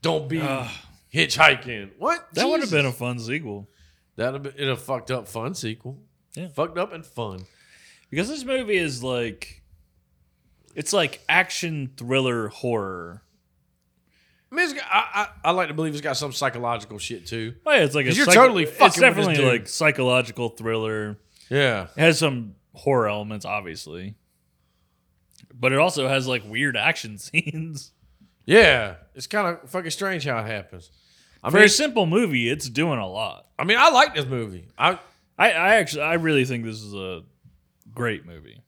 Speaker 1: Don't be
Speaker 2: Ugh.
Speaker 1: hitchhiking. What?
Speaker 2: That would have been a
Speaker 1: Jesus.
Speaker 2: fun sequel.
Speaker 1: That'd have been in a fucked up fun sequel.
Speaker 2: Yeah.
Speaker 1: Fucked up and fun.
Speaker 2: Because this movie is like it's like action thriller horror.
Speaker 1: I mean, it's got- I, I, I like to believe it's got some psychological shit too.
Speaker 2: Oh yeah, it's like a
Speaker 1: 'Cause you're totally fucking with
Speaker 2: It's
Speaker 1: this
Speaker 2: definitely
Speaker 1: dude.
Speaker 2: like psychological thriller.
Speaker 1: Yeah.
Speaker 2: It has some horror elements, obviously, but it also has like weird action [LAUGHS] scenes.
Speaker 1: Yeah. It's kind of fucking strange how it happens. I
Speaker 2: For
Speaker 1: mean,
Speaker 2: a simple movie, it's doing a lot.
Speaker 1: I mean, I like this movie. I,
Speaker 2: I, I actually, I really think this is a great movie.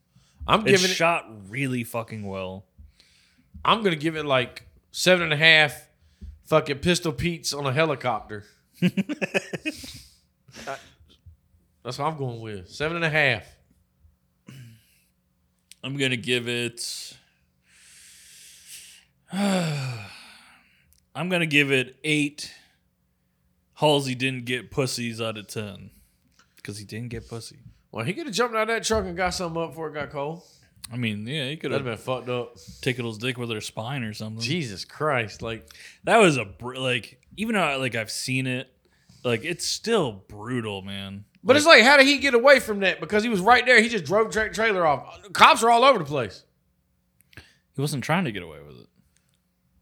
Speaker 1: I'm
Speaker 2: It's
Speaker 1: giving it,
Speaker 2: shot really
Speaker 1: [LAUGHS]
Speaker 2: fucking well.
Speaker 1: I'm gonna give it like seven and a half fucking pistol Pete's on a helicopter. I- that's what I'm going with. Seven and a half.
Speaker 2: I'm gonna give it. [SIGHS] I'm gonna give it eight. Halsey didn't get pussies out of ten because he didn't get pussy.
Speaker 1: Well, he could have jumped out of that truck and got something up before it got cold.
Speaker 2: I mean, yeah, he could
Speaker 1: That'd
Speaker 2: have
Speaker 1: have been fucked up.
Speaker 2: tickled his dick with her spine or something.
Speaker 1: Jesus Christ. Like,
Speaker 2: That was a br- like even though I, like I've seen it, like it's still brutal, man.
Speaker 1: but it's like, how did he get away from that? Because he was right there. He just drove tra- trailer off. Cops are all over the place.
Speaker 2: he wasn't trying to get away with it.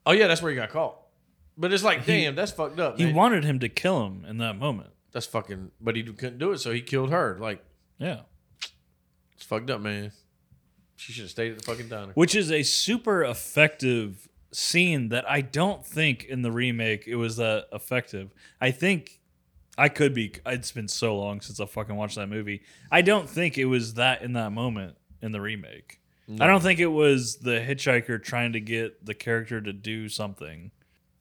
Speaker 1: Oh yeah, that's where he got caught. But it's like,
Speaker 2: He-
Speaker 1: damn, that's fucked up.
Speaker 2: He
Speaker 1: man.
Speaker 2: wanted him to kill him in that moment.
Speaker 1: that's fucking. But he couldn't do it, so he killed her. Like,
Speaker 2: Yeah.
Speaker 1: it's fucked up, man. She should have stayed at the fucking diner.
Speaker 2: Which is a super effective scene that I don't think in the remake it was that effective. I think I could be it's been so long since I fucking watched that movie. I don't think it was that in that moment in the remake. I don't think it was the hitchhiker trying to get the character to do something.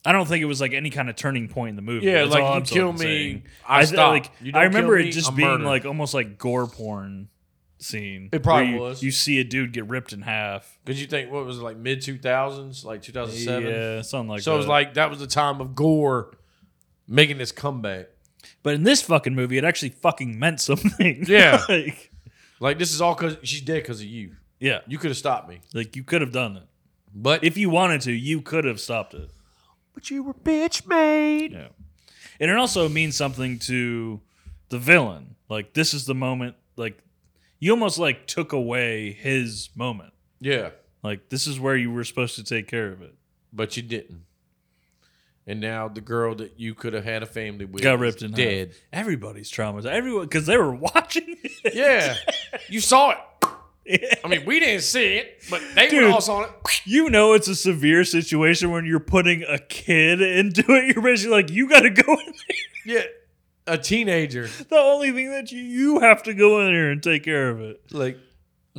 Speaker 2: I don't think it was like any kind of turning point in the movie.
Speaker 1: Yeah,
Speaker 2: That's
Speaker 1: like,
Speaker 2: all
Speaker 1: you
Speaker 2: I'm
Speaker 1: kill
Speaker 2: saying.
Speaker 1: me, I
Speaker 2: th-
Speaker 1: stop.
Speaker 2: Like,
Speaker 1: You don't
Speaker 2: I remember
Speaker 1: kill
Speaker 2: it
Speaker 1: me,
Speaker 2: just
Speaker 1: I'm
Speaker 2: being
Speaker 1: murder.
Speaker 2: like almost like gore porn scene.
Speaker 1: It probably
Speaker 2: where you-
Speaker 1: was.
Speaker 2: You see a dude get ripped in half.
Speaker 1: Because you think what was it, like mid two thousands, like two thousand seven.
Speaker 2: Yeah, something like
Speaker 1: so
Speaker 2: that.
Speaker 1: it was like that was the time of Gore making this comeback.
Speaker 2: but in this fucking movie, it actually fucking meant something. [LAUGHS]
Speaker 1: Yeah.
Speaker 2: like,
Speaker 1: Like this is all because she's dead because of you.
Speaker 2: yeah,
Speaker 1: You could have stopped me,
Speaker 2: like you could have done it
Speaker 1: but
Speaker 2: if you wanted to. You could have stopped it.
Speaker 1: but you were bitch made.
Speaker 2: Yeah, and it also means something to the villain. Like this is the moment. Like you almost like took away his moment.
Speaker 1: Yeah,
Speaker 2: Like this is where you were supposed to take care of it.
Speaker 1: but you didn't. And now the girl that you could have had a family with
Speaker 2: Got
Speaker 1: is
Speaker 2: ripped in half.
Speaker 1: dead.
Speaker 2: Everybody's traumatized. Everyone because they were [LAUGHS] watching. It.
Speaker 1: Yeah, you saw it. I mean, we didn't see it, but they
Speaker 2: Dude.
Speaker 1: were all saw it.
Speaker 2: you know it's a severe situation when you're putting a kid into it. You're basically like you got to go. in
Speaker 1: Yeah, a teenager.
Speaker 2: The only thing that you you have to go in there and take care of it.
Speaker 1: Like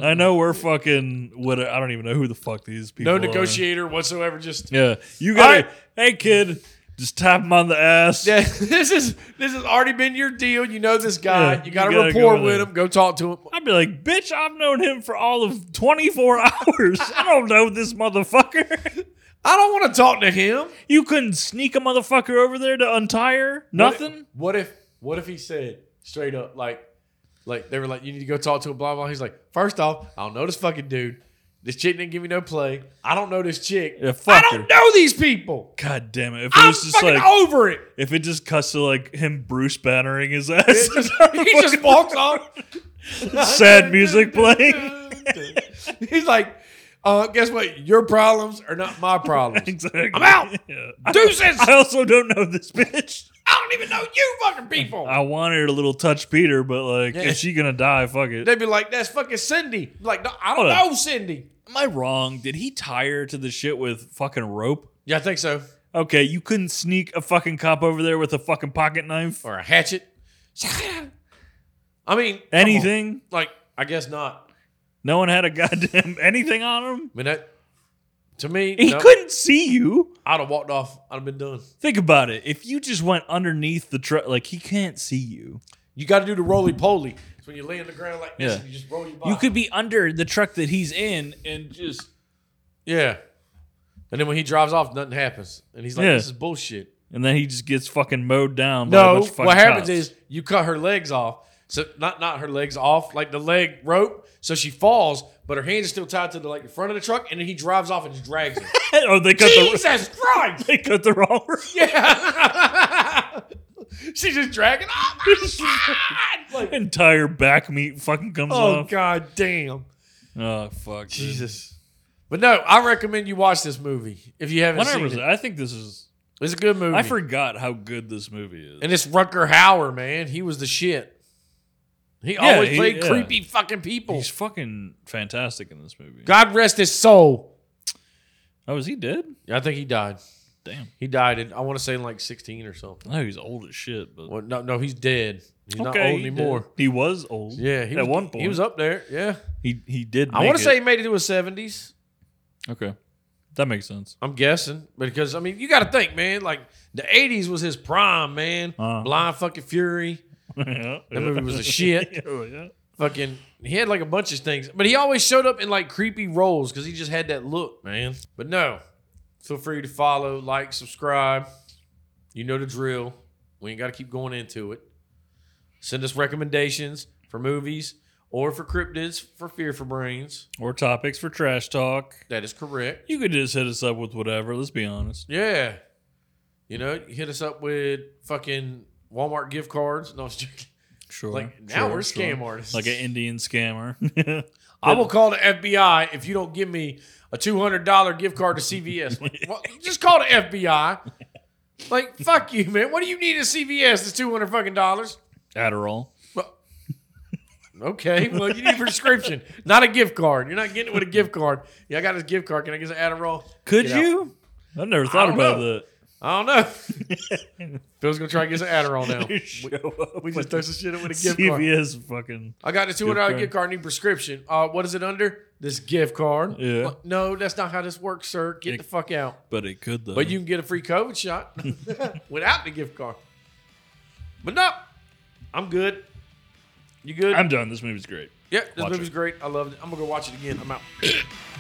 Speaker 2: I know we're fucking what I don't even know who the fuck these people.
Speaker 1: Mm-hmm. no
Speaker 2: are.
Speaker 1: negotiator whatsoever. Just [LAUGHS]
Speaker 2: Yeah, you got.
Speaker 1: All
Speaker 2: to Hey kid, just tap him on the ass.
Speaker 1: yeah, this is this has already been your deal. You know this guy.
Speaker 2: Yeah,
Speaker 1: you got
Speaker 2: you
Speaker 1: a
Speaker 2: gotta
Speaker 1: rapport
Speaker 2: go
Speaker 1: with
Speaker 2: there.
Speaker 1: him. Go talk to him.
Speaker 2: I'd be like, bitch, I've known him for all of 24 [LAUGHS] hours. I don't know this motherfucker. [LAUGHS]
Speaker 1: I don't want to talk to him.
Speaker 2: You couldn't sneak a motherfucker over there to untie her? Nothing?
Speaker 1: What if what if he said straight up like like they were like you need to go talk to him blah blah. He's like first off I don't know this fucking dude. This chick didn't give me no play. I don't know this chick.
Speaker 2: Yeah,
Speaker 1: I
Speaker 2: fuck her.
Speaker 1: don't know these people.
Speaker 2: God damn it. If it
Speaker 1: I'm
Speaker 2: was just
Speaker 1: fucking
Speaker 2: like,
Speaker 1: over it. [LAUGHS]
Speaker 2: if it just cuts to like him Bruce bannering his ass. [LAUGHS]
Speaker 1: he just walks off.
Speaker 2: Sad music playing.
Speaker 1: [LAUGHS] He's like, uh, guess what? Your problems are not my
Speaker 2: [LAUGHS]
Speaker 1: problems.
Speaker 2: exactly.
Speaker 1: I'm out.
Speaker 2: Yeah.
Speaker 1: Deuces.
Speaker 2: I also don't know this bitch.
Speaker 1: I don't even know you fucking people.
Speaker 2: I wanted a little touch Peter, but like,
Speaker 1: Yeah.
Speaker 2: if she gonna die, fuck it.
Speaker 1: They'd be like, that's fucking Cindy. Like, no, I don't
Speaker 2: Hold up.
Speaker 1: know Cindy.
Speaker 2: Am I wrong? Did he tie her to the shit with fucking rope?
Speaker 1: Yeah, I think so.
Speaker 2: Okay, you couldn't sneak a fucking cop over there with a fucking pocket knife?
Speaker 1: Or a hatchet. I mean, come on.
Speaker 2: Anything?
Speaker 1: Like, I guess not.
Speaker 2: No one had a goddamn [LAUGHS] anything on him?
Speaker 1: I mean, that, to me,
Speaker 2: He
Speaker 1: no.
Speaker 2: couldn't see you.
Speaker 1: I'd have walked off. I'd have been done.
Speaker 2: Think about it. If you just went underneath the truck, like he can't see you.
Speaker 1: You got to do the roly poly. It's when you lay on the ground like this
Speaker 2: Yeah.
Speaker 1: and you just roll your body.
Speaker 2: You could be under the truck that he's in and just.
Speaker 1: Yeah. And then when he drives off, nothing happens. And he's like,
Speaker 2: Yeah.
Speaker 1: this is bullshit.
Speaker 2: And then he just gets fucking mowed down. by a
Speaker 1: No,
Speaker 2: bunch of fucking
Speaker 1: what happens
Speaker 2: cops.
Speaker 1: is you cut her legs off. So not not her legs off, like the leg rope. So she falls, but her hands are still tied to the like the front of the truck, and then he drives off and just drags her.
Speaker 2: [LAUGHS] oh, they cut the
Speaker 1: Jesus Christ!
Speaker 2: they cut the wrong. rope.
Speaker 1: Yeah. [LAUGHS] She's just dragging. Oh my God! Like,
Speaker 2: Entire back meat fucking comes
Speaker 1: oh
Speaker 2: off.
Speaker 1: God damn.
Speaker 2: Oh fuck, dude.
Speaker 1: Jesus. But no, I recommend you watch this movie if you haven't seen
Speaker 2: 100%.
Speaker 1: it.
Speaker 2: I think this is.
Speaker 1: It's a good movie.
Speaker 2: I forgot how good this movie is.
Speaker 1: And it's Rucker Hauer, man. He was the shit. He
Speaker 2: Yeah,
Speaker 1: always
Speaker 2: he-
Speaker 1: played
Speaker 2: yeah.
Speaker 1: creepy fucking people.
Speaker 2: He's fucking fantastic in this movie.
Speaker 1: God rest his soul.
Speaker 2: Oh, is he dead?
Speaker 1: Yeah, I think he died.
Speaker 2: Damn.
Speaker 1: He died in I want to say like 16 or something.
Speaker 2: I know he's old as shit, but
Speaker 1: Well, no, no, he's dead. He's not
Speaker 2: Okay,
Speaker 1: old
Speaker 2: he did.
Speaker 1: anymore.
Speaker 2: He was old.
Speaker 1: Yeah, he
Speaker 2: At
Speaker 1: was,
Speaker 2: one point.
Speaker 1: he was up there. Yeah,
Speaker 2: He he did.
Speaker 1: I
Speaker 2: make
Speaker 1: want
Speaker 2: it.
Speaker 1: to say he made it to his 70s.
Speaker 2: okay. That makes sense. [LAUGHS]
Speaker 1: I'm guessing because I mean you got to think, man. Like the 80s was his prime, man.
Speaker 2: Uh-huh.
Speaker 1: Blind fucking Fury.
Speaker 2: that
Speaker 1: movie
Speaker 2: [LAUGHS]
Speaker 1: was the shit.
Speaker 2: yeah.
Speaker 1: fucking he had like a bunch of things but he always showed up in like creepy roles because he just had that look man but no feel free to follow like subscribe you know the drill we ain't got to keep going into it send us recommendations for movies or for cryptids for fear for brains
Speaker 2: Or topics for trash talk.
Speaker 1: that is correct
Speaker 2: You could just hit us up with whatever. Let's be honest.
Speaker 1: yeah you know hit us up with fucking walmart gift cards no I'm just joking.
Speaker 2: Sure.
Speaker 1: like now
Speaker 2: sure,
Speaker 1: we're
Speaker 2: sure.
Speaker 1: scam artists
Speaker 2: Like an Indian scammer. [LAUGHS]
Speaker 1: I will call the FBI if you don't give me a two hundred dollar gift card to CVS. Like, what- just call the FBI. Like fuck you, man. What do you need at CVS? It's two hundred fucking dollars.
Speaker 2: Adderall.
Speaker 1: Well, okay. Well, you need a prescription, [LAUGHS] not a gift card. You're not getting it with a gift card. Yeah, I got this gift card. Can I get an Adderall?
Speaker 2: Could
Speaker 1: Get out.
Speaker 2: you? I've never thought
Speaker 1: don't
Speaker 2: about
Speaker 1: know.
Speaker 2: that.
Speaker 1: I don't know. [LAUGHS] Phil's gonna try and get us an Adderall
Speaker 2: [LAUGHS]
Speaker 1: now.
Speaker 2: They show up
Speaker 1: We
Speaker 2: with
Speaker 1: just throw some shit in with a gift card.
Speaker 2: CVS fucking.
Speaker 1: I got a two hundred dollar
Speaker 2: card.
Speaker 1: gift card. Need prescription. Uh, what is it under? This gift card.
Speaker 2: Yeah.
Speaker 1: Well, No, that's not how this works, sir. Get the fuck out.
Speaker 2: But it could though.
Speaker 1: But you can get a free COVID shot [LAUGHS] without the gift card. But no, I'm good. You good?
Speaker 2: I'm done. This movie's great.
Speaker 1: yeah, this
Speaker 2: watch
Speaker 1: movie's
Speaker 2: it.
Speaker 1: great. I loved it. I'm gonna go watch it again. I'm out.